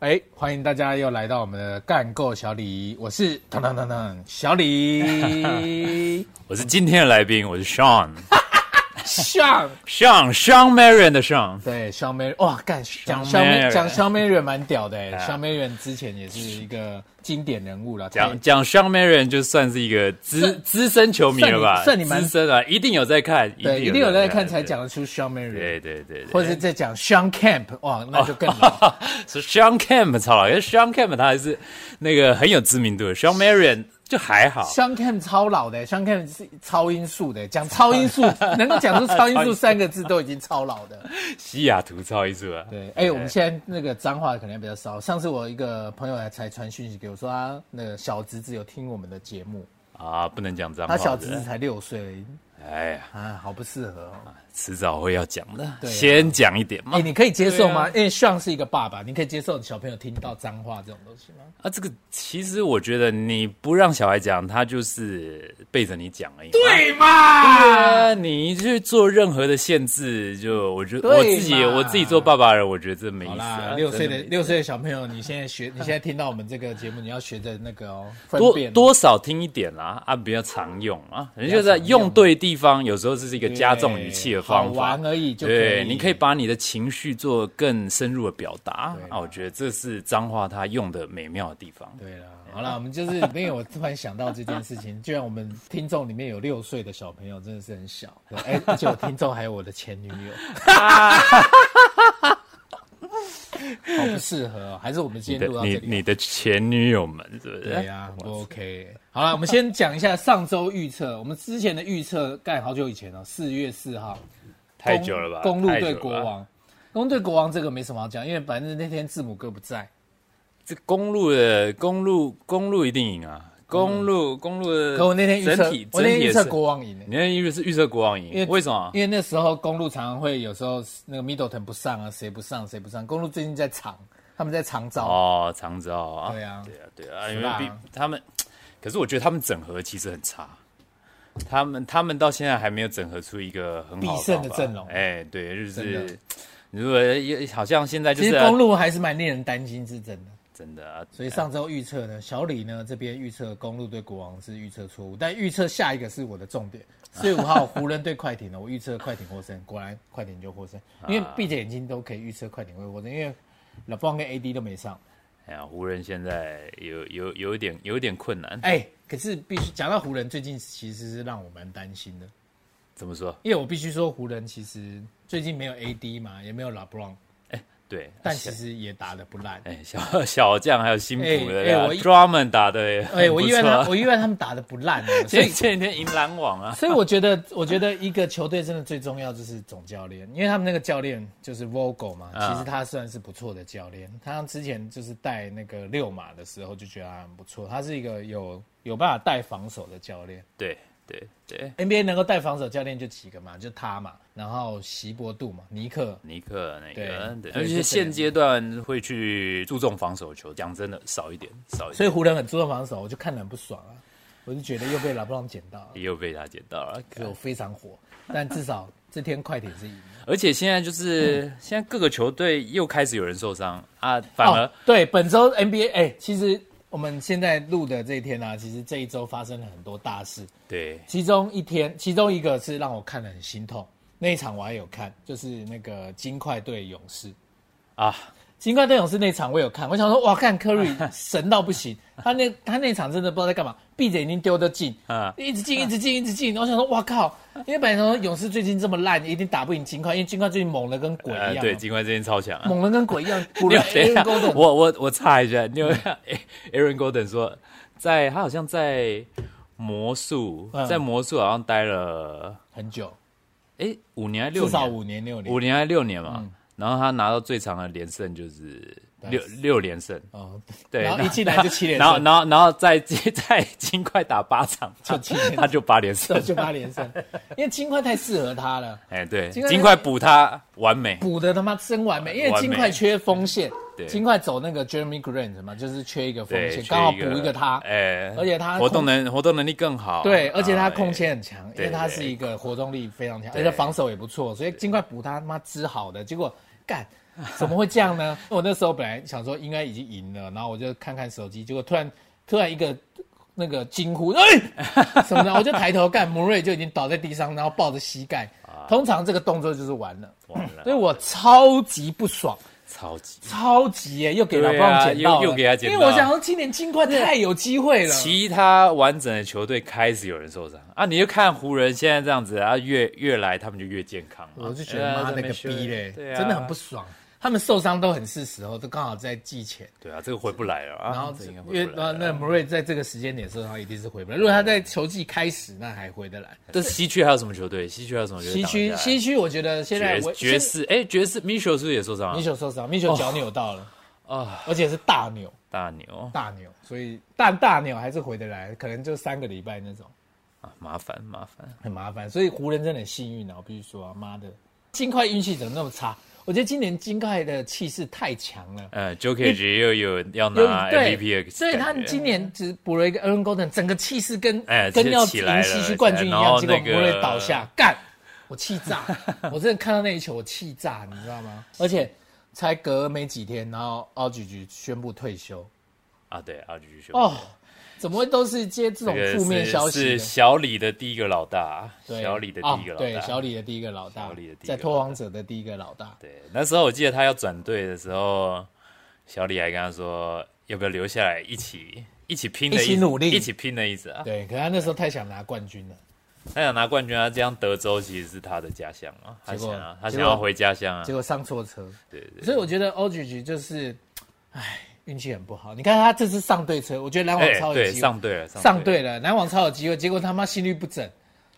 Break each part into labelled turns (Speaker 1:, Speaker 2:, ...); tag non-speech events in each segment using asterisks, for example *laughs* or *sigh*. Speaker 1: 哎、欢迎大家又来到我们的干够小李，我是腾腾腾腾小 *laughs* 李
Speaker 2: 我是今天的来宾，我是 Sean，
Speaker 1: 上。
Speaker 2: 上 Sean Marion 的上，
Speaker 1: 对，肖美哇，干讲
Speaker 2: Shawn
Speaker 1: 肖美
Speaker 2: Marion
Speaker 1: 讲肖美人蛮屌 *laughs* 的哎，
Speaker 2: 啊
Speaker 1: 肖美人之前也是一个经典人物了，
Speaker 2: 讲讲 Sean Marion 就算是一个资资深球迷了吧，
Speaker 1: 算你算你蛮
Speaker 2: 资深啊，一定有在看，
Speaker 1: 对，对一定有在看
Speaker 2: 对
Speaker 1: 才讲得出肖美人，
Speaker 2: 对对对对， *laughs*
Speaker 1: 或者是在讲 Sean Camp，哇，那就更老，
Speaker 2: 是 Sean Camp 超老，因为 Sean Camp 他还是那个很有知名度，Sean Marion 就还好，
Speaker 1: *laughs* Sean Camp 超老的欸，Sean Camp 是超音速的欸，讲超音 *laughs* 速能够讲出超音速三个字都已经超老的。
Speaker 2: 西雅图超一组啊，
Speaker 1: 对，哎、我们现在那个脏话可能比较少。上次我一个朋友还才传讯息给我说，他那个小侄子有听我们的节目，
Speaker 2: 啊，不能讲脏话，
Speaker 1: 他小侄
Speaker 2: 对
Speaker 1: 子才六岁而已
Speaker 2: 哎呀，
Speaker 1: 啊，好不适合、哦。
Speaker 2: 迟早会要讲的，
Speaker 1: 对啊
Speaker 2: 先讲一点
Speaker 1: 哎、
Speaker 2: 嘛，
Speaker 1: 你可以接受吗？
Speaker 2: 对啊
Speaker 1: 因为 Sean 是一个爸爸，你可以接受小朋友听到脏话这种东西吗？
Speaker 2: 啊，这个其实我觉得你不让小孩讲，他就是背着你讲而已。
Speaker 1: 对
Speaker 2: 对
Speaker 1: 嘛？
Speaker 2: 啊，你去做任何的限制，就我觉得
Speaker 1: 对
Speaker 2: 我自己
Speaker 1: 嘛
Speaker 2: 我自己做爸爸的人，我觉得这没意
Speaker 1: 好
Speaker 2: 思、
Speaker 1: 啦
Speaker 2: 啊。，
Speaker 1: 六岁
Speaker 2: 真
Speaker 1: 的
Speaker 2: 没
Speaker 1: 六岁的小朋友，你现在学，你现在听到我们这个节目，你要学着那个哦，分
Speaker 2: 多
Speaker 1: 辨哦
Speaker 2: 多少听一点啦，啊，比较常用啊，人家就在用对地方，有时候这是一个加重语气的方
Speaker 1: 好
Speaker 2: 法
Speaker 1: 玩。而已就可以。
Speaker 2: 对，你可以把你的情绪做更深入的表达啊，我觉得这是脏话它用的美妙的地方。
Speaker 1: 对了，好了，我们就是因为我突然想到这件事情，居然我们听众里面有六岁的小朋友，真的是很小。对哎、而且我听众还有我的前女友，好不适合、哦，还是我们今
Speaker 2: 你
Speaker 1: 天
Speaker 2: 的
Speaker 1: 录到
Speaker 2: 哎
Speaker 1: 这
Speaker 2: 你
Speaker 1: 里。
Speaker 2: 你的前女友们是不是？
Speaker 1: 对啊呀、不 OK。好了，我们先讲一下上周预测，我们之前的预测，干好久以前了、哦四月四号，
Speaker 2: 太久了吧？
Speaker 1: 公路
Speaker 2: 太久
Speaker 1: 对
Speaker 2: 了吧
Speaker 1: 国，王，公路对国王这个没什么好讲，因为反正那天字母哥不在。
Speaker 2: 这公路的公路公路一定赢啊！公路公路的，
Speaker 1: 嗯可我那天预测
Speaker 2: 整体，
Speaker 1: 我
Speaker 2: 整
Speaker 1: 那天
Speaker 2: 体
Speaker 1: 预
Speaker 2: 也
Speaker 1: 测
Speaker 2: 是，
Speaker 1: 国王赢、欸。
Speaker 2: 你那天预测预测国王赢，为什么？
Speaker 1: 因为那时候公路常常会有时候那个 Middleton 不上啊，谁不上谁不上。公路最近在长，他们在长招。
Speaker 2: 哦，长招啊，
Speaker 1: 对啊
Speaker 2: 对啊，对啊，因
Speaker 1: 是
Speaker 2: 为
Speaker 1: 吧
Speaker 2: 比他们，可是我觉得他们整合其实很差。他们他们到现在还没有整合出一个很好
Speaker 1: 必胜的
Speaker 2: 方法
Speaker 1: 阵容
Speaker 2: 哎，对，就
Speaker 1: 真的哎
Speaker 2: 是如果也好像现在就
Speaker 1: 其
Speaker 2: 是
Speaker 1: 实
Speaker 2: 啊
Speaker 1: 公路还是蛮令人担心，是真的。
Speaker 2: 真的啊，
Speaker 1: 所以上周预测呢，小李呢这边预测公路对国王是预测错误，但预测下一个是我的重 *laughs* 点。四月五号湖人对快艇呢，我预测快艇获胜，果然快艇就获 *laughs* 胜，因为闭着眼睛都可以预测快艇会获胜，因为 LeBron 跟 AD 都没上。
Speaker 2: 哎呀，湖人现在有有有一点有一点困难，
Speaker 1: 哎、可是必须讲到湖人最近其实是让我蛮担心的。
Speaker 2: 怎么说？
Speaker 1: 因为我必须说，湖人其实最近没有 AD 嘛，也没有 LeBron，
Speaker 2: 对，
Speaker 1: 但其实也打得不烂。
Speaker 2: 哎，小 *laughs* 小将还有辛普
Speaker 1: 哎哎
Speaker 2: 的
Speaker 1: 我一
Speaker 2: d r u m m 打的也很不错，啊
Speaker 1: 哎，我意外
Speaker 2: *laughs*
Speaker 1: 他，我意外他们打得不烂哦，所
Speaker 2: 前
Speaker 1: 以
Speaker 2: 前几天赢篮网啊，
Speaker 1: 所以我觉得，我觉得一个球队真的最重要就是总教练，因为他们那个教练就是 Vogel 嘛，
Speaker 2: 啊
Speaker 1: 其实他算是不错的教练。他之前就是带那个六马的时候就觉得他很不错，他是一个有有办法带防守的教练。
Speaker 2: 对对对，
Speaker 1: NBA 能够带防守教练就几个嘛，就他嘛，然后席伯杜嘛，尼克，
Speaker 2: 尼克那个，
Speaker 1: 对
Speaker 2: 对
Speaker 1: 所以
Speaker 2: 而
Speaker 1: 就
Speaker 2: 且
Speaker 1: 这样
Speaker 2: 现阶段会去注重防守球，讲真的少一点，少一
Speaker 1: 所以
Speaker 2: 点，
Speaker 1: 湖人很注重防守，我就看得很不爽啊，我就觉得又被拉布朗捡到了，
Speaker 2: 也有被他捡到了。
Speaker 1: *laughs* 所以我非常火。但至少这天快艇是赢的，
Speaker 2: 而且现在就是、
Speaker 1: 嗯
Speaker 2: 现在各个球队又开始有人受伤啊， *laughs* 反而、
Speaker 1: 哦、对本周 NBA 哎、其实我们现在录的这一天啊，其实这一周发生了很多大事，
Speaker 2: 对
Speaker 1: 其中一天，其中一个是让我看了很心痛，那一场我还有看，就是那个金块对勇士。
Speaker 2: 啊，
Speaker 1: 金块对勇士那场我有看，我想说哇，看科瑞神到不行，他那他那场真的不知道在干嘛，闭着眼睛丢的进，
Speaker 2: 啊
Speaker 1: 一直进，一直进，一直进。我想说哇靠，因为本来想说勇士最近这么烂，一定打不赢金块，因为金块最近猛的跟鬼一
Speaker 2: 呃，
Speaker 1: 样，啊
Speaker 2: 对，尽管这边超强、啊。
Speaker 1: 猛的跟鬼一
Speaker 2: *laughs*
Speaker 1: 样。古 *laughs*
Speaker 2: 你
Speaker 1: 人
Speaker 2: 有等一
Speaker 1: Aaron
Speaker 2: 下
Speaker 1: Golden，，
Speaker 2: 我我我查一下，你有哎 Aaron Golden 说，在他好像在魔术，
Speaker 1: 嗯
Speaker 2: 在魔术好像待了
Speaker 1: 很久，
Speaker 2: 哎五年还是六
Speaker 1: 至
Speaker 2: 年，
Speaker 1: 少五年六年嗯
Speaker 2: 五。年还是六年嘛。然后他拿到最长的连胜就是六六连胜，
Speaker 1: 哦，
Speaker 2: 对，
Speaker 1: 然后一进来就七连
Speaker 2: *laughs* 然后
Speaker 1: 胜，
Speaker 2: 然后然后再进再金 *laughs* 块打八场，
Speaker 1: 就
Speaker 2: 他
Speaker 1: 七连胜
Speaker 2: 他就八连胜，
Speaker 1: 就八连胜，因为金块太适合他了。
Speaker 2: 哎对，
Speaker 1: 金块
Speaker 2: 金块补他完美，
Speaker 1: 补的他妈真完美，因为
Speaker 2: 完美
Speaker 1: 金块缺锋线，
Speaker 2: 对
Speaker 1: 金块走那个 Jeremy Grant 嘛，就是缺一个锋
Speaker 2: 对，
Speaker 1: 线，
Speaker 2: 缺
Speaker 1: 刚好补一个他，
Speaker 2: 哎，
Speaker 1: 而且他
Speaker 2: 活动能活动能力更好，
Speaker 1: 对，而且他
Speaker 2: 啊
Speaker 1: 空切很强，因
Speaker 2: 对
Speaker 1: 为他是一个活动力非常强，而
Speaker 2: 对
Speaker 1: 且防守也不错，所以尽快补他他妈之好的结果。干，怎么会这样
Speaker 2: *laughs*
Speaker 1: 呢？我那时候本来想说应该已经赢了，然后我就看看手机，结果突然突然一个那个惊呼，
Speaker 2: *laughs*
Speaker 1: 哎、什么的，我就抬头看，摩瑞就已经倒在地上，然后抱着膝盖。
Speaker 2: 啊
Speaker 1: 通常这个动作就是完了，
Speaker 2: 完
Speaker 1: 所以
Speaker 2: 了，
Speaker 1: 我超级不爽，
Speaker 2: 超级
Speaker 1: 超级耶，又给老
Speaker 2: 对啊
Speaker 1: 棒捡到了
Speaker 2: 又又给他捡到
Speaker 1: 因为我想说今年金块太有机会了。
Speaker 2: 其他完整的球队开始有人受伤啊，你就看湖人现在这样子啊，越越来他们就越健康嘛。
Speaker 1: 我就觉得妈
Speaker 2: 对
Speaker 1: 的
Speaker 2: 啊
Speaker 1: 个逼嘞，
Speaker 2: 对啊，
Speaker 1: 真的很不爽。他们受伤都很是时候，都刚好在季前。
Speaker 2: 对啊，这个回不来了啊，
Speaker 1: 然后
Speaker 2: 这应该
Speaker 1: 因为
Speaker 2: 回不
Speaker 1: 然后
Speaker 2: 来
Speaker 1: 那
Speaker 2: 了。
Speaker 1: 穆瑞在这个时间点受伤一定是回不来。如果他在球季开始，那还回得来。
Speaker 2: 这西区还有什么球队？西区还有什么球队
Speaker 1: 西
Speaker 2: 挡下
Speaker 1: 区
Speaker 2: 来？
Speaker 1: 西区，我觉得现在我
Speaker 2: 爵爵，士，哦哎，爵士米球是不是也受伤
Speaker 1: 米
Speaker 2: 了？
Speaker 1: 球受伤，米球脚扭到了，
Speaker 2: 啊，
Speaker 1: 而且是大扭
Speaker 2: 大牛
Speaker 1: 大扭，所以但大扭还是回得来，可能就三个礼拜那种，
Speaker 2: 啊，麻烦麻烦。
Speaker 1: 很麻烦。所以湖人真的很幸运啊，我必须说啊，妈的，金块运气怎么那么差？我觉得今年金块的气势太强了。
Speaker 2: 呃 j o k e r 又有要
Speaker 1: 有
Speaker 2: 拿
Speaker 1: 对
Speaker 2: MVP 的，
Speaker 1: 所以他们今。年只补了一个 Aaron Golden，整个气势跟
Speaker 2: 哎
Speaker 1: 跟要
Speaker 2: 气起
Speaker 1: 赢
Speaker 2: 来了
Speaker 1: 西区冠军一
Speaker 2: 然
Speaker 1: 样，
Speaker 2: 后
Speaker 1: 结果
Speaker 2: 那个
Speaker 1: 不会倒下，干！我气炸， *laughs* 我真的看到那一球我气炸，你知道吗？而且才隔没几天，然后奥举举宣布退休，
Speaker 2: 啊，对，阿菊兄
Speaker 1: 哦，怎么会都是接这种
Speaker 2: 这个
Speaker 1: 负面
Speaker 2: 是
Speaker 1: 消息
Speaker 2: 是
Speaker 1: 呢？
Speaker 2: 小李的第一个老大，
Speaker 1: 对
Speaker 2: 小李的第一个
Speaker 1: 哦
Speaker 2: 老大，
Speaker 1: 对，小李的第一个老大，
Speaker 2: 小李的第一
Speaker 1: 在
Speaker 2: 个
Speaker 1: 拓荒者的第一个老大，
Speaker 2: 对，那时候我记得他要转队的时候，小李还跟他说要不要留下来一起一起拼的意思，
Speaker 1: 一起努力
Speaker 2: 一起拼的意思啊。
Speaker 1: 对，可是他那时候太想拿冠军了。
Speaker 2: 他想拿冠军啊，这样德州其实是他的家乡嘛，他
Speaker 1: 结果
Speaker 2: 想啊，他
Speaker 1: 结
Speaker 2: 想
Speaker 1: 果
Speaker 2: 要回家乡
Speaker 1: *laughs*
Speaker 2: 啊
Speaker 1: 结。果上错车。
Speaker 2: 对对
Speaker 1: 所以我觉得 o g g 就是，唉，运气很不好。你看他这次上对车，我觉得篮网超有
Speaker 2: 哎对，
Speaker 1: 机会，
Speaker 2: 上队了，
Speaker 1: 上
Speaker 2: 队
Speaker 1: 对了，篮网超有机会，结果他妈心率不整，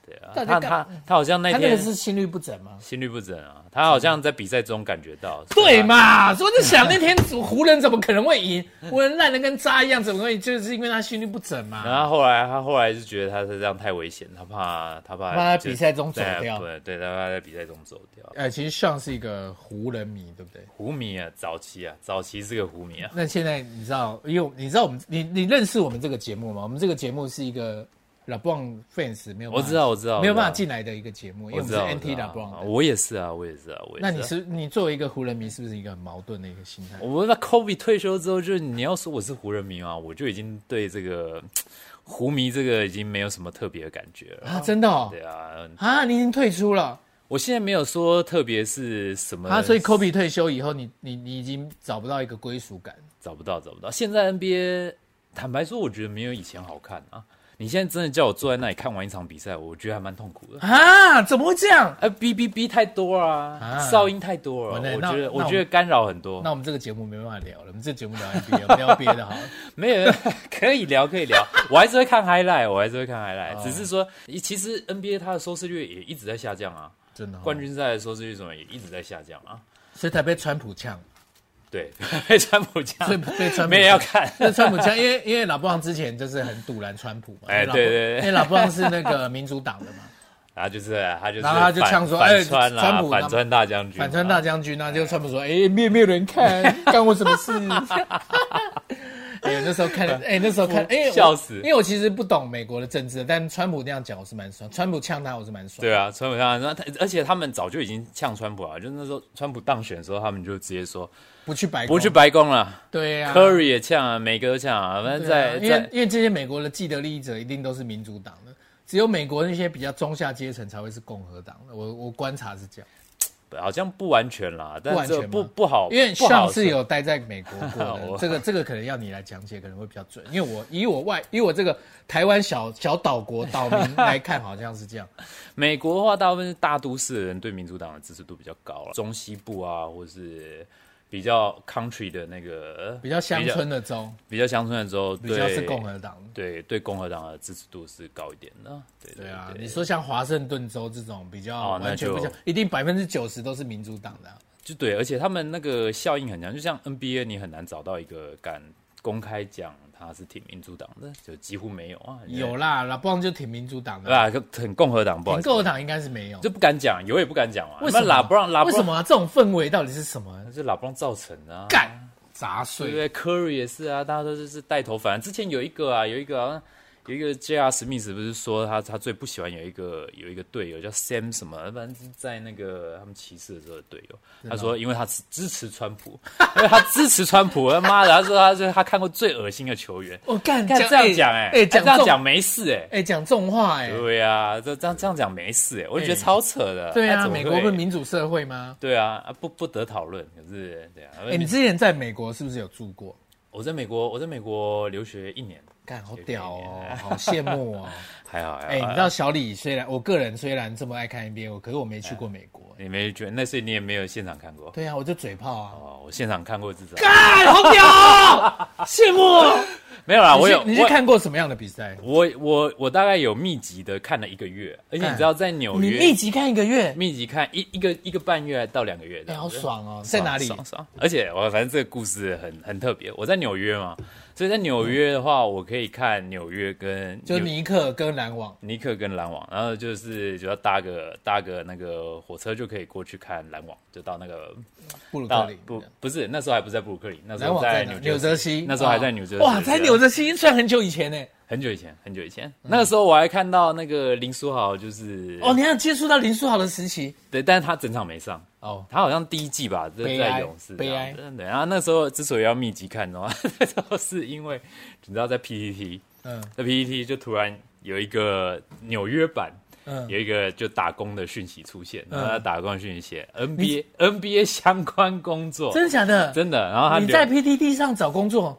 Speaker 2: 对啊，
Speaker 1: 到底
Speaker 2: 他
Speaker 1: 干
Speaker 2: 他他好像那
Speaker 1: 他那个
Speaker 2: 天
Speaker 1: 是心率不整吗？
Speaker 2: 心率不整啊，他好像在比赛中感觉到，
Speaker 1: *laughs* 对嘛，所以我就想那天湖人怎么可能会
Speaker 2: *laughs*
Speaker 1: 赢？湖人烂的跟渣一样，怎么会？就是因为他心率不整嘛。
Speaker 2: 然后后来他后来就觉得他是这样太危险，他怕他怕
Speaker 1: 怕他
Speaker 2: 就
Speaker 1: 比赛中走
Speaker 2: 对
Speaker 1: 掉
Speaker 2: 对对，他怕在比赛中走掉。
Speaker 1: 呃，其实像是一个湖人迷，对不对？
Speaker 2: 胡迷啊，早期啊，早期是个胡迷啊，
Speaker 1: 那现在你知道，因为我你知道我们，你你认识我们这个节目吗？我们这个节目是一个 LeBron fans 没有办法，
Speaker 2: 我知道我知道
Speaker 1: 没有办法
Speaker 2: 我知
Speaker 1: 进来的一个节目，因为我们
Speaker 2: 我知
Speaker 1: 是
Speaker 2: 道我
Speaker 1: NT
Speaker 2: 知道
Speaker 1: LeBron 的。
Speaker 2: 我也是啊，我也是啊，我也是啊。
Speaker 1: 那你是你作为一个湖人迷，是不是一个很矛盾的一个心态？
Speaker 2: 我那 Kobe 退休之后，就是你要说我是湖人迷啊，我就已经对这个嘖湖迷这个已经没有什么特别的感觉了。
Speaker 1: 啊，真的哦，
Speaker 2: 对啊，
Speaker 1: 啊，你已经退出了
Speaker 2: 我现在没有说特别是什么
Speaker 1: 啊，所以 Kobe 退休以后，你你你已经找不到一个归属感。
Speaker 2: 找不到，找不到。现在 NBA，坦白说，我觉得没有以前好看啊。你现在真的叫我坐在那里看完一场比赛，我觉得还蛮痛苦的。
Speaker 1: 啊，怎么会这样？
Speaker 2: 哎、哔哔哔太多啊，
Speaker 1: 啊
Speaker 2: 哨音太多了，
Speaker 1: 完了
Speaker 2: 我
Speaker 1: 那
Speaker 2: 觉得
Speaker 1: 那我
Speaker 2: 我觉得干扰很多
Speaker 1: 那。我们这个节目没办法聊了，我们这个节目聊 NBA，我们聊别的好了。
Speaker 2: 没有， *laughs* 可以聊，可
Speaker 1: *laughs*
Speaker 2: 以聊。我还是会看 highlight，我还是会看
Speaker 1: 哦
Speaker 2: highlight、只是说，其实 NBA 它的收视率也一直在下降啊，
Speaker 1: 真的、哦，
Speaker 2: 冠，军赛的收视率什么也一直在下降啊。
Speaker 1: 所以才被川普呛，
Speaker 2: 对， *laughs* 被川普这
Speaker 1: 所以
Speaker 2: 样，
Speaker 1: 被川普
Speaker 2: *laughs* 没人要看。
Speaker 1: *laughs* 被川普呛，因为因为老布朗之前就是很堵拦川普嘛，因
Speaker 2: 哎
Speaker 1: 为老
Speaker 2: 对对对
Speaker 1: 因为老布朗是那个民主党的嘛，
Speaker 2: 然后就是他就是
Speaker 1: 然后他就
Speaker 2: 反
Speaker 1: 呛说哎
Speaker 2: 反川啦、
Speaker 1: 川普
Speaker 2: 反川大将军，
Speaker 1: 反川大。将军呢、啊，就川普说：“哎、没有没有人
Speaker 2: *laughs*
Speaker 1: 看，干我什么事？”哎、那时候看，哎、那时候看，哎、我
Speaker 2: 笑死
Speaker 1: 因为我其实不懂美国的政治，但川普那样讲我是蛮爽，川普呛他我是蛮爽。
Speaker 2: 对啊，川普当然，他而且他们早就已经呛川普了，啊就那时候川普当选的时候，他们就直接说
Speaker 1: 不去白宫，
Speaker 2: 不去白宫了、
Speaker 1: 对呀、啊，
Speaker 2: 科 Curry 也呛啊，每个都呛啊，反正
Speaker 1: 对啊
Speaker 2: 在、
Speaker 1: 因
Speaker 2: 在
Speaker 1: 为因为这些美国的既得利益者一定都是民主党的，只有美国那些比较中下阶层才会是共和党的。我我观察是这样，
Speaker 2: 好像不完全啦，
Speaker 1: 不
Speaker 2: 但
Speaker 1: 完
Speaker 2: 是
Speaker 1: 全
Speaker 2: 不
Speaker 1: 吗
Speaker 2: 不好，
Speaker 1: 因为
Speaker 2: 不好
Speaker 1: 上次
Speaker 2: 说
Speaker 1: 有待在美国过的
Speaker 2: *laughs* 我，
Speaker 1: 这个这个可能要你来讲解，可能会比较准。因为我以我外以我这个台湾小小岛国岛民来看，好像是这样。 *laughs*
Speaker 2: 美国的话，大部分是大都市的人对民主党的支持度比较高了，中西部啊，或是比较 country 的那个
Speaker 1: 比较乡村的州，
Speaker 2: 比较乡村的州，
Speaker 1: 比较是
Speaker 2: 对
Speaker 1: 共和党的。
Speaker 2: 对对共和党的支持度是高一点的，对
Speaker 1: 对啊，
Speaker 2: 对
Speaker 1: 你说像华盛顿州这种比较
Speaker 2: 哦那
Speaker 1: 完全不
Speaker 2: 就
Speaker 1: 像，一定百分之九十都是民主党的啊、
Speaker 2: 就对，而且他们那个效应很强，就像 NBA 你很难找到一个敢公开讲他是挺民主党的，就几乎没有啊，
Speaker 1: 有啦，拉布朗就挺民主党
Speaker 2: 对
Speaker 1: 的啊，
Speaker 2: 吧？很共和党，不好
Speaker 1: 挺
Speaker 2: 意思
Speaker 1: 共和党应该是没有。
Speaker 2: 就不敢讲，有也不敢讲啊，
Speaker 1: 为什么？
Speaker 2: 拉布朗拉布
Speaker 1: 为
Speaker 2: 朗
Speaker 1: 什么啊？这种氛围到底是什么？
Speaker 2: 是拉布朗造成的、啊，
Speaker 1: 干砸
Speaker 2: 对不
Speaker 1: 碎！
Speaker 2: 对？Curry 也是啊，大家都是是带头反。之前有一个啊，有一个、啊、有一个 J.R. 史密斯不是说他他最不喜欢有一个有一个队友叫 Sam 什么，反正是在那个他们骑士的时候的队友。他说，因为他支支持川普， *laughs* 因为他支持川普，他妈的，他说他是他看过最恶心的球员。
Speaker 1: 我哦干
Speaker 2: 干这样讲哎、
Speaker 1: 哎
Speaker 2: 这
Speaker 1: 讲
Speaker 2: 样
Speaker 1: 重
Speaker 2: 讲没事哎、
Speaker 1: 哎讲重话哎，
Speaker 2: 对呀、这这样这样讲没事哎、我就觉得
Speaker 1: 哎
Speaker 2: 超扯的。
Speaker 1: 对
Speaker 2: 他
Speaker 1: 啊，
Speaker 2: 哎怎么
Speaker 1: 美国
Speaker 2: 会
Speaker 1: 不是民主社会吗？
Speaker 2: 对啊，啊不不得讨论。可是对啊，
Speaker 1: 哎，你之前在美国是不是有住过？
Speaker 2: 我在美国，我在美国留学一年，
Speaker 1: 干好屌哦， *laughs* 好羡慕哦。
Speaker 2: 还好还好。
Speaker 1: 哎，你知道小李虽然我个人虽然这么爱看 NBA，我可是我没去过美国。
Speaker 2: 你没觉得？那所以你也没有现场看过。
Speaker 1: 对啊，我就嘴炮啊，
Speaker 2: 哦，我现场看过至少
Speaker 1: 干好屌哦， *laughs* 羡慕哦。
Speaker 2: 没有啦，我
Speaker 1: 你去
Speaker 2: 有
Speaker 1: 你去
Speaker 2: 我
Speaker 1: 看过什么样的比赛？
Speaker 2: 我我我大概有密集的看了一个月，而且你知道在纽
Speaker 1: 你
Speaker 2: 约
Speaker 1: 密集看一个月，
Speaker 2: 密集看一一个一个半月到两个月这
Speaker 1: 哎，
Speaker 2: 样
Speaker 1: 好
Speaker 2: 子，
Speaker 1: 爽哦！在哪里？
Speaker 2: 爽爽。而且我反正这个故事很很特别，我在纽约嘛，所以在纽约的话，我可以看纽约跟
Speaker 1: 就
Speaker 2: 纽
Speaker 1: 尼克跟篮网。
Speaker 2: 尼克跟篮网，然后就是只要搭个搭个那个火车就可以过去看篮网，就到那个
Speaker 1: 啊布鲁克
Speaker 2: 到
Speaker 1: 林
Speaker 2: 不不是那时候还不是在布鲁克林，那时
Speaker 1: 篮
Speaker 2: 候
Speaker 1: 网在哪
Speaker 2: 纽
Speaker 1: 纽泽西，
Speaker 2: 那时候还在
Speaker 1: 哦
Speaker 2: 纽泽西
Speaker 1: 哇，
Speaker 2: 是
Speaker 1: 在
Speaker 2: 吧
Speaker 1: 纽泽西算很久以前呢。
Speaker 2: 很久以前，很久以前，那个时候我还看到那个林书豪，就是
Speaker 1: 嗯哦，你还有接触到林书豪的时期
Speaker 2: 对，但是他整场没上，
Speaker 1: 哦，
Speaker 2: 他好像第一季吧，就
Speaker 1: 悲
Speaker 2: 在
Speaker 1: 哀
Speaker 2: 勇士这
Speaker 1: 悲
Speaker 2: 样
Speaker 1: 哀
Speaker 2: 子，对。然后那时候之所以要密集看的话， *laughs* 那时候是因为你知道在 PPT，
Speaker 1: 嗯
Speaker 2: 在 PPT 就突然有一个纽约版。
Speaker 1: 嗯，
Speaker 2: 有一个就打工的讯息出现，然
Speaker 1: 嗯
Speaker 2: 后他打工的讯息写 NBA NBA *laughs* 相关工作，
Speaker 1: 真的假的？
Speaker 2: 真的。然后他
Speaker 1: 你
Speaker 2: 留
Speaker 1: 在 PTT 上找工作，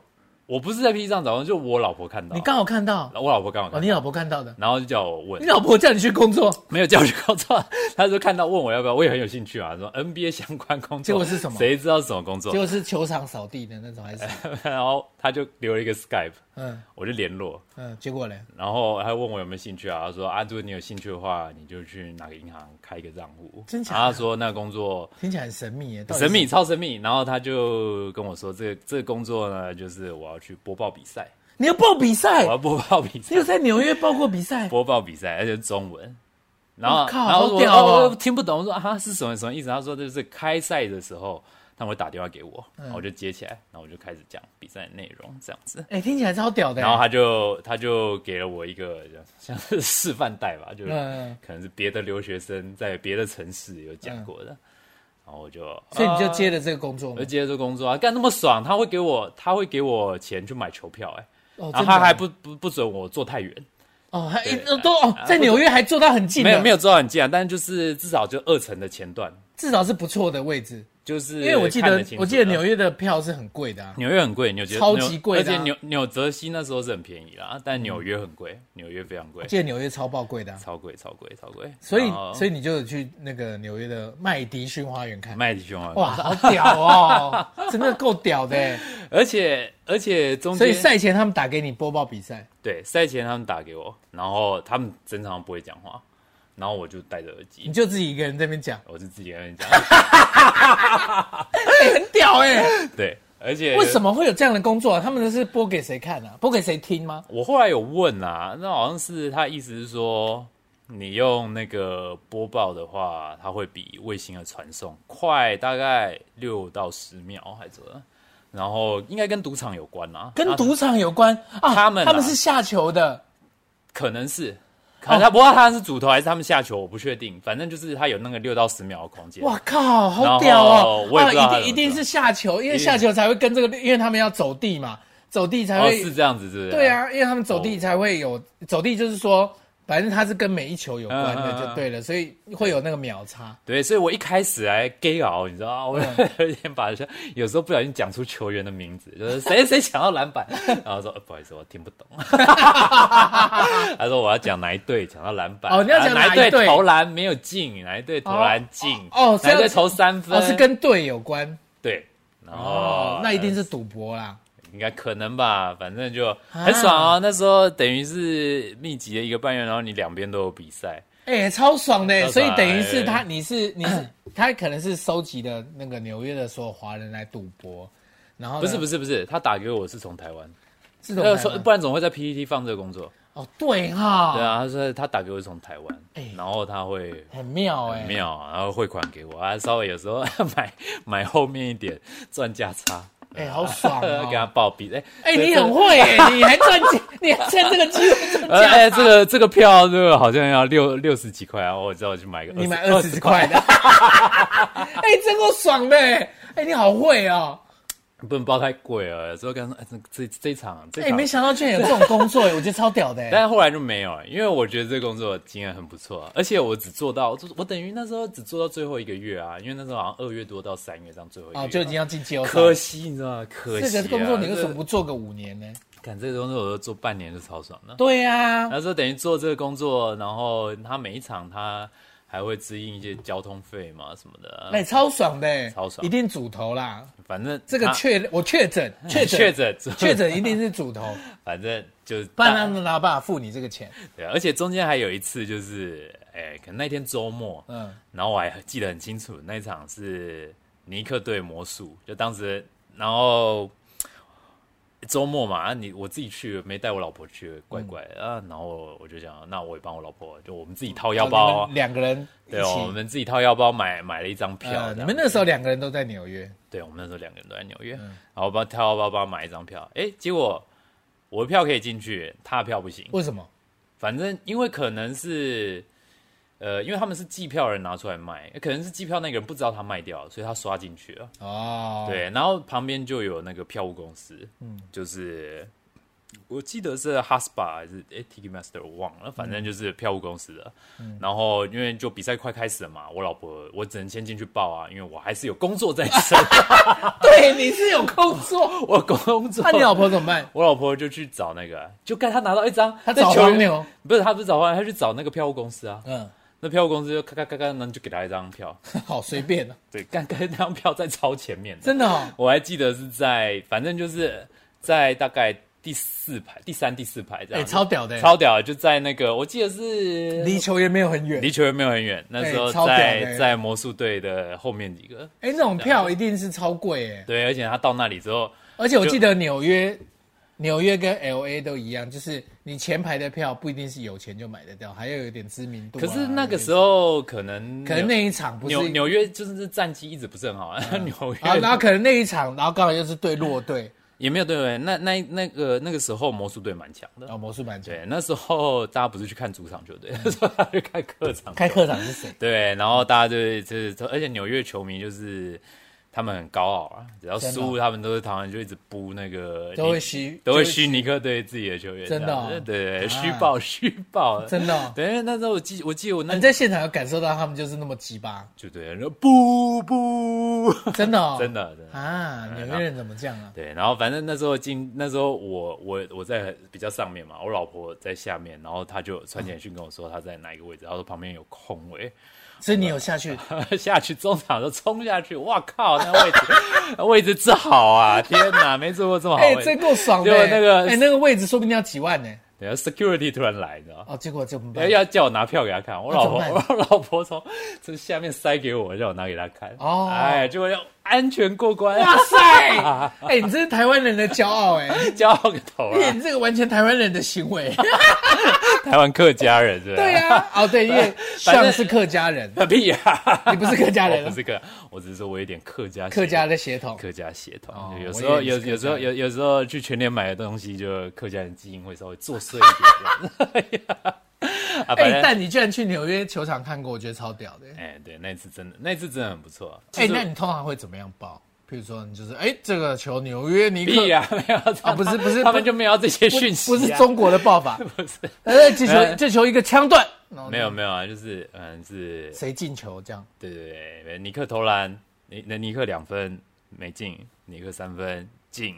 Speaker 2: 我不是在 P 上找工作，就我老婆看到，
Speaker 1: 你刚好看到
Speaker 2: 我老婆刚好
Speaker 1: 哦，
Speaker 2: 看
Speaker 1: 你
Speaker 2: 到，
Speaker 1: 老婆看到的，
Speaker 2: 然后就叫我
Speaker 1: 你
Speaker 2: 问，
Speaker 1: 老婆叫你去工作，
Speaker 2: 没有叫我去工作， *laughs* 他就看到问我要不要，我也很有兴趣啊，说 NBA 相关工作，
Speaker 1: 结果是什么
Speaker 2: 谁知道是什么工作
Speaker 1: 结？果是球场扫地的那种，还是
Speaker 2: *laughs* 然后他就留了一个 Skype，
Speaker 1: 嗯
Speaker 2: 我就联络，
Speaker 1: 嗯，结果嘞，
Speaker 2: 然后他问我有没有兴趣啊，他说啊，如果你有兴趣的话，你就去哪个银行开一个账户，
Speaker 1: 真假的
Speaker 2: 然后他说那个工作。
Speaker 1: 听起来很神秘耶，到底是
Speaker 2: 神秘，。超神秘。然后他就跟我说，这个这个工作呢，就是我要去播报比赛，
Speaker 1: 你要报比
Speaker 2: 我
Speaker 1: 赛，
Speaker 2: 要播报比赛
Speaker 1: 你，有在纽约报过比赛？
Speaker 2: 播报比赛，而且是
Speaker 1: *laughs*
Speaker 2: 中文。然后，
Speaker 1: 我靠
Speaker 2: 然后
Speaker 1: 好
Speaker 2: 我
Speaker 1: 屌哦
Speaker 2: 我我听不懂，我说啊是什么什么意思？他说就是开赛的时候，他们会打电话给我，
Speaker 1: 嗯
Speaker 2: 然后我就接起来，然后我就开始讲比赛内容这样子。
Speaker 1: 哎，听起来超屌的耶。
Speaker 2: 然后他就他就给了我一个像是示范带吧，就是
Speaker 1: 嗯嗯
Speaker 2: 可能是别的留学生在别的城市有讲过的，然后我就
Speaker 1: 嗯所以你就
Speaker 2: 啊
Speaker 1: 接了这个工作
Speaker 2: 我
Speaker 1: 吗
Speaker 2: 就？接着做工作啊，干那么爽，他会给我，他会给我钱去买球票、欸，
Speaker 1: 哦
Speaker 2: 然后
Speaker 1: 真的
Speaker 2: 他
Speaker 1: 啊
Speaker 2: 还不不不准我坐太远，
Speaker 1: 哦，还
Speaker 2: 对啊
Speaker 1: 呃都哦，在纽约还坐到很近，
Speaker 2: 没有没
Speaker 1: 有，
Speaker 2: 有坐到很近啊，但就是至少就二层的前段，
Speaker 1: 至少是不错的位置。
Speaker 2: 就是
Speaker 1: 因为我记
Speaker 2: 看
Speaker 1: 得
Speaker 2: 清楚
Speaker 1: 我记得
Speaker 2: 的
Speaker 1: 纽约的票是很贵的啊。
Speaker 2: 纽约很贵，纽约
Speaker 1: 超级贵
Speaker 2: 而
Speaker 1: 的啊
Speaker 2: 且纽纽泽西那时候是很便宜啦，但纽约很贵，
Speaker 1: 嗯
Speaker 2: 纽约非常贵
Speaker 1: 我，记得纽约超爆贵的啊、
Speaker 2: 超贵超贵超贵，
Speaker 1: 所以所
Speaker 2: 以
Speaker 1: 以你就有去那个纽约的麦迪逊花园看，
Speaker 2: 麦迪逊啊，
Speaker 1: 哇，
Speaker 2: *laughs*
Speaker 1: 好屌哦，真的够屌的欸。
Speaker 2: 而且而且中
Speaker 1: 所以
Speaker 2: 间
Speaker 1: 赛前他们打给你播报比赛，
Speaker 2: 对赛前他们打给我，然后他们整场不会讲话，然后我就戴着耳机
Speaker 1: 你，就自己一个人在那边讲，
Speaker 2: 我就自己在那边讲，
Speaker 1: *laughs* 哎很屌哎、
Speaker 2: *laughs* 对，而且
Speaker 1: 为什
Speaker 2: 么？
Speaker 1: 么会有这样的工作、啊？他们是播给谁看啊？播给谁听吗？
Speaker 2: 我后来有问啊，那好像是他意思是说，你用那个播报的话，它会比卫星的传送快大概六到十秒还是怎么样？然后应该跟赌场有关啊，
Speaker 1: 跟
Speaker 2: 那
Speaker 1: 赌场有关啊？
Speaker 2: 他们啊
Speaker 1: 他们是下球的，
Speaker 2: 可能
Speaker 1: 哦
Speaker 2: 是。可能他不知道他是主投还是他们下球，我不确定。反正就是他有那个六到十秒的空间。
Speaker 1: 哇靠，好屌哦
Speaker 2: 然后！我也不知道他
Speaker 1: 啊，
Speaker 2: 怎
Speaker 1: 一定一
Speaker 2: 么
Speaker 1: 定
Speaker 2: 做
Speaker 1: 是下球，因为
Speaker 2: 一定
Speaker 1: 下球才会跟这个，因为他们要走地嘛，走地才
Speaker 2: 哦，
Speaker 1: 会、
Speaker 2: 是这样子，是不是？
Speaker 1: 对，啊，因为他们走地
Speaker 2: 哦
Speaker 1: 才会有、走地，就是说，反正它是跟每一球有关
Speaker 2: 嗯嗯
Speaker 1: 的，
Speaker 2: 嗯
Speaker 1: 就对了，所以会有那个秒差。
Speaker 2: 对，所以我一开始还 gay 熬，你知道吗？我
Speaker 1: *laughs*
Speaker 2: 有点把有时候不小心讲出球员的名字，就是谁谁抢到篮板，然后说、呃不好意思，我听不懂。 *laughs* 他说我要讲哪一队抢到篮板，啊
Speaker 1: 哦你要讲
Speaker 2: 哪
Speaker 1: 哪一队
Speaker 2: 投篮没有进，哪一队投篮进，
Speaker 1: 哦哦这
Speaker 2: 哪一
Speaker 1: 样
Speaker 2: 队投三分，
Speaker 1: 哦，是跟队有关
Speaker 2: 对，然后、
Speaker 1: 哦，那一定啊是赌博啦。
Speaker 2: 应该可能吧，反正就很爽哦。那时候等于是密集的一个半月，然后你两边都有比赛，
Speaker 1: 哎、超爽的，
Speaker 2: 超爽
Speaker 1: 所以等于是他，你是你是 *clears throat* 他可能是收集的那个纽约的所有华人来赌博，然后
Speaker 2: 不是不
Speaker 1: 是
Speaker 2: 是不是，他打给我是从台湾，
Speaker 1: 这
Speaker 2: 那
Speaker 1: 种
Speaker 2: 时候不然怎么会在 PPT 放这个工作？
Speaker 1: 哦，对哈，
Speaker 2: 对，啊，他说他打给我是从台湾
Speaker 1: 哎，
Speaker 2: 然后他会
Speaker 1: 很妙哎、
Speaker 2: *laughs* 没有，然后汇款给我，啊，稍微有时候买买后面一点赚价差，
Speaker 1: 哎、好爽啊、
Speaker 2: *laughs* 给他暴毙。哎
Speaker 1: 哎、你很会
Speaker 2: *laughs*
Speaker 1: 耶、你还赚钱，你还趁这个机会赚
Speaker 2: 呃
Speaker 1: 钱。
Speaker 2: *laughs* 哎，这个这个票这个好像要六六十几块啊，我知道我去买个20，
Speaker 1: 你买二十块的， *laughs* 哎、真够爽的、哎、你好会哦、
Speaker 2: 不能包太贵了。之后跟他说，哎，这这这一场，这
Speaker 1: 哎、
Speaker 2: 一场
Speaker 1: 没想到居然有这种工作、哎我觉得超屌
Speaker 2: *laughs*
Speaker 1: 的、哎
Speaker 2: 但是后来就没有了，因为我觉得这个工作经验很不错，而且我只做到，我我等于那时候只做到最后一个月啊，因为那时候好像二月多到三月这样最后一个月、
Speaker 1: 啊，就已经要进季后赛。
Speaker 2: 可惜，你知道吗？可惜、啊、
Speaker 1: 这个工作你为什么
Speaker 2: 这
Speaker 1: 不做个五年呢？
Speaker 2: 干这个工作我都做半年就超爽了。
Speaker 1: 对啊呀、
Speaker 2: 那时候等于做这个工作，然后他每一场他还会支应一些交通费嘛什么的，
Speaker 1: 那、超爽的、哎
Speaker 2: 超爽
Speaker 1: 一定主头啦。
Speaker 2: 反正
Speaker 1: 这个
Speaker 2: 他
Speaker 1: 确、我确
Speaker 2: *laughs*
Speaker 1: 诊，确诊，
Speaker 2: 确诊
Speaker 1: 确，诊一定是主
Speaker 2: *laughs*
Speaker 1: 头，
Speaker 2: 反正就
Speaker 1: 不然他们哪有办法付你这个钱？
Speaker 2: 对啊，而且中间还有一次就是，哎、可能那天周末，
Speaker 1: 嗯，
Speaker 2: 然后我还记得很清楚，那一场是尼克对魔术，就当时，然后周末嘛，啊、你我自己去没带我老婆去，怪
Speaker 1: 嗯
Speaker 2: 怪的、啊。然后我就想，那我也帮我老婆，就我们
Speaker 1: 嗯
Speaker 2: 自己掏腰包，啊
Speaker 1: 你们两个人一起。
Speaker 2: 对，哦我们自己掏腰包买买了一张票、
Speaker 1: 呃，
Speaker 2: 这
Speaker 1: 你
Speaker 2: 样
Speaker 1: 们那时嗯候两个人都在纽约，
Speaker 2: 对，我们那时候两个人都在纽约，然后帮掏腰包帮她买一张票，哎，结果我的票可以进去，他的票不行。
Speaker 1: 为什么？
Speaker 2: 反正因为可能是，呃，因为他们是计票人拿出来卖，可能是计票那个人不知道他卖掉了，所以他刷进去了。
Speaker 1: 哦，，
Speaker 2: 对，然后旁边就有那个票务公司，嗯，就是我记得是 Haspa 还是诶 Ticketmaster 我忘了，反
Speaker 1: 嗯
Speaker 2: 正就是票务公司的。然后因为就比赛快开始了嘛，我老婆我只能先进去报啊，因为我还是有工作在
Speaker 1: *laughs*
Speaker 2: 身，
Speaker 1: 对，你是有工
Speaker 2: *laughs*
Speaker 1: 作，
Speaker 2: 我工作。
Speaker 1: 那你老婆怎么
Speaker 2: *laughs*
Speaker 1: 办？
Speaker 2: 我老婆就去找那个，啊就看她拿到一张，
Speaker 1: 她
Speaker 2: 在
Speaker 1: 找
Speaker 2: 球
Speaker 1: 黄
Speaker 2: 员
Speaker 1: 牛，
Speaker 2: 不是她不是找黄牛，她去找那个票务公司啊。
Speaker 1: 嗯， *laughs*
Speaker 2: 那票务公司就咔咔咔咔，然后就给他一张票，
Speaker 1: 好随便啊，
Speaker 2: 对，干干那张票在超前面的，
Speaker 1: 真的哦，
Speaker 2: 我还记得是在，反正就是在大概第四排、第三、第四排这
Speaker 1: 哎，
Speaker 2: 样，
Speaker 1: 超屌的，
Speaker 2: 超屌的，就在那个，我记得是
Speaker 1: 离球员没有很远，
Speaker 2: 离球员没有很远，那时候
Speaker 1: 超屌哎
Speaker 2: 在、
Speaker 1: 的
Speaker 2: 在魔术队的后面几个，
Speaker 1: 哎，那种票一定是超贵哎，
Speaker 2: 对，而且他到那里之后，
Speaker 1: 而且我记得纽约。纽约跟 L A 都一样，就是你前排的票不一定是有钱就买得到，还要有点知名度啊、
Speaker 2: 可是那个时
Speaker 1: 候，
Speaker 2: 候可能
Speaker 1: 可能那一场不是
Speaker 2: 纽纽约就是战绩一直不是很好，啊， *laughs* 纽约
Speaker 1: 啊，然后可能那一场，然后刚好又是对弱
Speaker 2: *laughs*
Speaker 1: 队，
Speaker 2: 也没有对不对？那那那个那个时候魔术队蛮强的
Speaker 1: 然。后哦魔术蛮强，
Speaker 2: 对，那时候大家不是去看主场球队，那
Speaker 1: 嗯
Speaker 2: 时候 *laughs* 大家去看客场。
Speaker 1: 开客场是谁？
Speaker 2: 对，然后大家就是就是，而且纽约球迷就是他们很高傲啊，只要
Speaker 1: 真的
Speaker 2: 输他们都是台湾就一直บู那个，
Speaker 1: 都会虚，
Speaker 2: 都会虚尼克对自己的球员，
Speaker 1: 真的
Speaker 2: 这样
Speaker 1: 哦
Speaker 2: 子对对
Speaker 1: 啊
Speaker 2: 虚报虚报，
Speaker 1: 真的哦
Speaker 2: 对，因为那时候我记我记得我那
Speaker 1: 你在现场有感受到他们就是那么鸡巴，
Speaker 2: 就对，然后不不，
Speaker 1: 真的、哦，
Speaker 2: 真的哎真的。
Speaker 1: 啊！纽约人怎么这样啊？
Speaker 2: 对，然后反正那时候进，那时候我我我在比较上面嘛，我老婆在下面，然后她就传简讯跟我说她在哪一个位置，她说旁边有空位，
Speaker 1: 所以你有下去，
Speaker 2: *laughs* 下去中场就冲下去，哇靠，那位置那位置 *laughs* 真好啊！天哪，没坐过这么好
Speaker 1: 哎、
Speaker 2: 位置。
Speaker 1: 真够爽的、
Speaker 2: 结果那个
Speaker 1: 哎、那个位置说不定要几万呢、
Speaker 2: 等下 security 突然来，你知道吗？
Speaker 1: 哦，结果怎么
Speaker 2: 哎要
Speaker 1: 办？
Speaker 2: 要叫我拿票给他看，我老婆
Speaker 1: 那怎么
Speaker 2: 我老婆从从下面塞给我，让我拿给他看。
Speaker 1: 哦
Speaker 2: 哎，结果要安全过关，
Speaker 1: 哇
Speaker 2: *laughs*
Speaker 1: 塞！哎、你这是台湾人的骄傲哎、
Speaker 2: 骄傲个头
Speaker 1: 因为
Speaker 2: 啊！
Speaker 1: 你这个完全台湾人的行为。
Speaker 2: 台湾客家人是不是？
Speaker 1: 对啊， *laughs* 哦对，因为
Speaker 2: 反正
Speaker 1: 像是客家
Speaker 2: *laughs*
Speaker 1: 人，
Speaker 2: 啊， *laughs* 屁呀！
Speaker 1: 你不是客家人
Speaker 2: *laughs* 我
Speaker 1: 啊
Speaker 2: 不，是客，我只是说我有一点客家血
Speaker 1: 客家的血统。
Speaker 2: 客家血统，
Speaker 1: 哦
Speaker 2: 就有
Speaker 1: 我
Speaker 2: 时
Speaker 1: 以
Speaker 2: 候
Speaker 1: 为你
Speaker 2: 有
Speaker 1: 是客
Speaker 2: 有时候
Speaker 1: 家
Speaker 2: 有有时候去全年买的东西，就客家人基因会稍微作祟一点这样。啊， *laughs*
Speaker 1: 哎、
Speaker 2: 反正
Speaker 1: 但你居然去纽约球场看过，我觉得超屌的、欸
Speaker 2: 哎、对，那一次真的，那一次真的很不错。
Speaker 1: 哎、
Speaker 2: 就是
Speaker 1: 那你通常会怎么样报？譬如说，你就是哎、这个球纽约尼克
Speaker 2: 屁哎呀、没有他
Speaker 1: 啊不是不是
Speaker 2: 他们就没有要这些讯息、啊
Speaker 1: 不是中国的报法，
Speaker 2: 不是
Speaker 1: 哎，这球
Speaker 2: 嗯
Speaker 1: 这球一个枪断，然后
Speaker 2: *laughs* 没有没有啊，就是嗯是，
Speaker 1: 谁进球这样，
Speaker 2: 对对对，尼克投篮，尼那尼克两分没进，尼克三分进，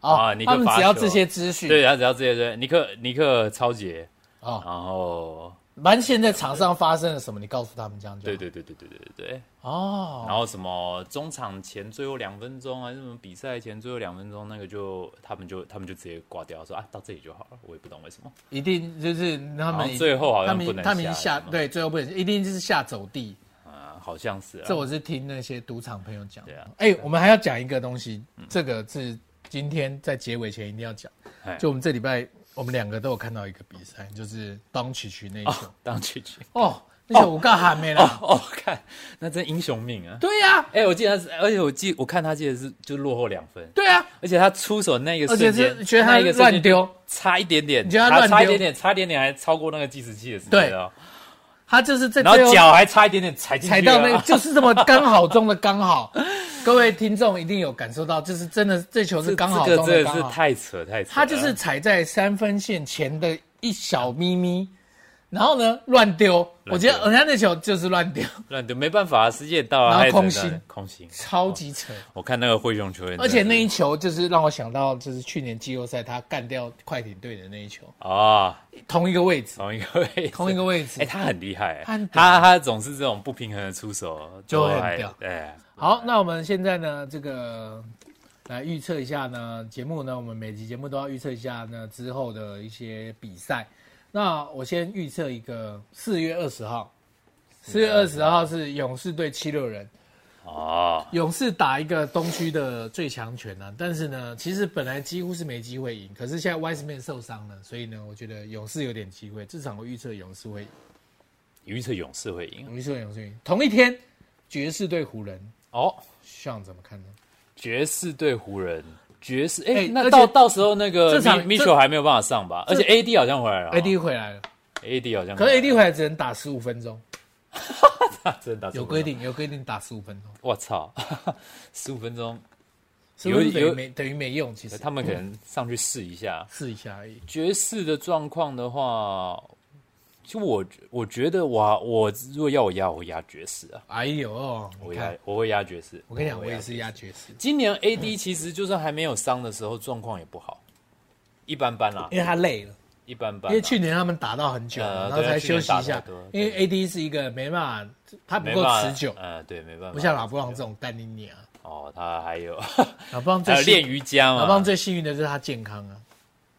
Speaker 2: 啊
Speaker 1: 哦
Speaker 2: 尼，克
Speaker 1: 他们
Speaker 2: 罚
Speaker 1: 只要
Speaker 2: 球
Speaker 1: 这些资讯，
Speaker 2: 对，然后只要这些人，尼克尼克超杰，
Speaker 1: 哦
Speaker 2: 然后
Speaker 1: 反正现在场上发生了什么，你告诉他们这样就好
Speaker 2: 对对对对对对对对。
Speaker 1: 哦，
Speaker 2: 然后什么中场前最后两分钟啊，什么比赛前最后两分钟，那个就他们就他们就直接挂掉，说啊到这里就好了。我也不懂为什么，
Speaker 1: 一定就是他
Speaker 2: 好像
Speaker 1: 们
Speaker 2: 最后好
Speaker 1: 他
Speaker 2: 像
Speaker 1: 们
Speaker 2: 不能
Speaker 1: 他们一
Speaker 2: 下
Speaker 1: 下
Speaker 2: 是吗
Speaker 1: 对最后不能，一定就是下走地，
Speaker 2: 啊，好像是啊
Speaker 1: 这，我是听那些赌场朋友讲
Speaker 2: 对啊。
Speaker 1: 哎，我们还要讲一个东西，这个是今天在结尾前一定要讲
Speaker 2: 哎，
Speaker 1: 就我们这礼拜我们两个都有看到一个比赛，就是当曲曲那一球。
Speaker 2: *laughs* 当去去。
Speaker 1: 哦，那球我刚喊没了。
Speaker 2: 哦，看，那真英雄
Speaker 1: *laughs*
Speaker 2: 命啊！
Speaker 1: 对呀，
Speaker 2: 哎、我记得他是，而且我记，我看他记得是就落后两分，
Speaker 1: 对呀，
Speaker 2: 而且他出手那个
Speaker 1: 而且
Speaker 2: 瞬间，
Speaker 1: 是觉得他
Speaker 2: 那一个瞬间
Speaker 1: 乱丢，
Speaker 2: 差一点点，
Speaker 1: 你觉得他乱
Speaker 2: 差一
Speaker 1: 丢
Speaker 2: 点点，差一点点还超过那个计时器的时
Speaker 1: 对
Speaker 2: 间哦，
Speaker 1: 他就是在
Speaker 2: 然
Speaker 1: 最
Speaker 2: 后
Speaker 1: 后
Speaker 2: 脚还差一点点踩进去
Speaker 1: 踩
Speaker 2: 啊
Speaker 1: 到
Speaker 2: 了，*laughs*
Speaker 1: 那个，就是这么刚好中的刚好。各位听众一定有感受到，就是真的这球是刚好
Speaker 2: 这个
Speaker 1: 中的
Speaker 2: 真的
Speaker 1: 刚
Speaker 2: 是
Speaker 1: 好。
Speaker 2: 太扯太扯了，
Speaker 1: 他就是踩在三分线前的一小咪咪，然后呢乱丢。我觉得人家那球就是乱丢，
Speaker 2: 乱丢，没办法，时间也到了，
Speaker 1: 然后
Speaker 2: 还
Speaker 1: 空
Speaker 2: 只能
Speaker 1: 心
Speaker 2: 空心，
Speaker 1: 超级扯。
Speaker 2: 我看那个灰熊球员真的
Speaker 1: 而
Speaker 2: 是，
Speaker 1: 且那一球就是让我想到，就是去年季后赛他干掉快艇队的那一球，
Speaker 2: 啊，
Speaker 1: 同一个位置，
Speaker 2: 同一个位置，
Speaker 1: 同一个位
Speaker 2: 哎、
Speaker 1: 置。
Speaker 2: 他很厉害、
Speaker 1: 他很屌
Speaker 2: 他他总是这种不平衡的出手
Speaker 1: 就会
Speaker 2: 都
Speaker 1: 很
Speaker 2: 还
Speaker 1: 屌
Speaker 2: 哎，
Speaker 1: 好，那我们现在呢，这个来预测一下呢，节目呢，我们每集节目都要预测一下呢之后的一些比赛。那我先预测一个四月二十号，四月二十号是勇士对七六人。
Speaker 2: 哦，
Speaker 1: 勇士打一个东区的最强权啊，但是呢，其实本来几乎是没机会赢，可是现在 Wiseman 受伤了，所以呢，我觉得勇士有点机会。这场我预测勇士会赢，
Speaker 2: 预测勇士会赢
Speaker 1: 我预测勇士会赢。同一天，爵士对湖人，
Speaker 2: 哦，
Speaker 1: 像怎么看呢？
Speaker 2: 爵士对湖人。爵士，哎、
Speaker 1: 哎
Speaker 2: 那
Speaker 1: 而
Speaker 2: 到
Speaker 1: 且
Speaker 2: 到时候那个
Speaker 1: 这场
Speaker 2: Mi-
Speaker 1: 这
Speaker 2: Mitchell 还没有办法上吧？而且 AD 好像回来了哦
Speaker 1: AD 回来了，
Speaker 2: AD 好像回来了，
Speaker 1: 可是 AD 回来只能打十五分钟，
Speaker 2: *laughs* 真的打
Speaker 1: 有
Speaker 2: 中
Speaker 1: 规
Speaker 2: 了，
Speaker 1: 定，有规定打十五分钟，
Speaker 2: 我操， *laughs* 十五分钟，
Speaker 1: 十五分钟等
Speaker 2: 有
Speaker 1: 于没等于没用，其实
Speaker 2: 他们可能上去试一下。
Speaker 1: 试一下而已。
Speaker 2: 爵士的状况的话，就我我觉得我我如果要我压，我压爵士啊，
Speaker 1: 哎呦，哦
Speaker 2: 我
Speaker 1: 你
Speaker 2: 压
Speaker 1: 看，
Speaker 2: 我会压爵士。
Speaker 1: 我跟你讲，
Speaker 2: 会
Speaker 1: 我也
Speaker 2: 爵士
Speaker 1: 是压爵士，
Speaker 2: 今年 AD 其实就算还没有伤的时候，状况也不好，一般般啦，
Speaker 1: 因为他累了。
Speaker 2: 一般般
Speaker 1: 因
Speaker 2: 啦。
Speaker 1: 为去年他们打到很久，
Speaker 2: 啊呃
Speaker 1: 然后才休息一
Speaker 2: 对去年打
Speaker 1: 下
Speaker 2: 太多。
Speaker 1: 因为 AD 是一个没办法，他不
Speaker 2: 没
Speaker 1: 够
Speaker 2: 办法
Speaker 1: 持久，
Speaker 2: 呃，对，没办法，
Speaker 1: 不像老布朗这种丹尼尼啊。
Speaker 2: 哦，他还有
Speaker 1: 老布朗最
Speaker 2: 还有练
Speaker 1: 幸，
Speaker 2: 瑜伽
Speaker 1: 老布朗
Speaker 2: 嘛，
Speaker 1: 最幸运的就是他健康啊，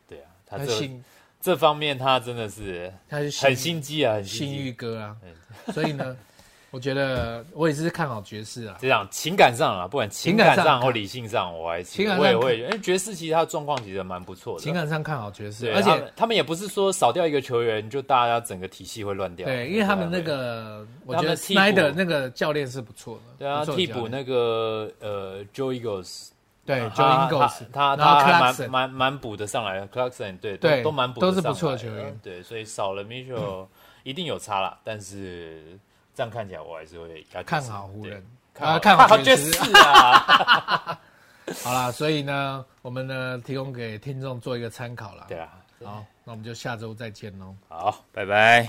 Speaker 2: 对啊，他
Speaker 1: 他
Speaker 2: 这
Speaker 1: 幸
Speaker 2: 这方面他真的是
Speaker 1: 他是
Speaker 2: 很心机啊，很心
Speaker 1: 幸
Speaker 2: 机。
Speaker 1: 运哥啊，
Speaker 2: *laughs*
Speaker 1: 所以呢，我觉得我也是看好爵士啊。
Speaker 2: 这样情感上啊，不管情
Speaker 1: 感
Speaker 2: 感
Speaker 1: 上
Speaker 2: 上或
Speaker 1: 看
Speaker 2: 理性上，我还是
Speaker 1: 情感上
Speaker 2: 我也
Speaker 1: 看
Speaker 2: 会，因为爵士其实他的状况其实蛮不错的，
Speaker 1: 情感上看好爵士，啊
Speaker 2: 对，
Speaker 1: 而
Speaker 2: 他
Speaker 1: 且
Speaker 2: 们他们也不是说少掉一个球员就大家整个体系会乱掉，
Speaker 1: 对，因为他们那个，我觉
Speaker 2: 他
Speaker 1: 得
Speaker 2: 们替补
Speaker 1: Snyder 那个教练是不错的，
Speaker 2: 对啊，
Speaker 1: 不错的
Speaker 2: 替
Speaker 1: 教
Speaker 2: 补
Speaker 1: 练
Speaker 2: 那个呃 Joe Eagles，
Speaker 1: 对
Speaker 2: 他
Speaker 1: Joe Ingles，
Speaker 2: 他他
Speaker 1: 然后
Speaker 2: 他还
Speaker 1: Clarkson
Speaker 2: 蛮蛮蛮补得上来的，Clarkson 对
Speaker 1: 对
Speaker 2: 都都蛮补
Speaker 1: 都
Speaker 2: 得
Speaker 1: 是
Speaker 2: 上来
Speaker 1: 不错的球员
Speaker 2: 对，所以少了 Mitchell 一定有差啦，但是这样看起来我还是会压
Speaker 1: 看好湖人，
Speaker 2: 看好
Speaker 1: 啊，看
Speaker 2: *laughs*
Speaker 1: 好爵士。
Speaker 2: 士啊，
Speaker 1: 好啦，所以呢，我们呢提供给听众做一个参考啦。
Speaker 2: 对啊，
Speaker 1: 好，那我们就下周再见喽。
Speaker 2: 好，拜拜。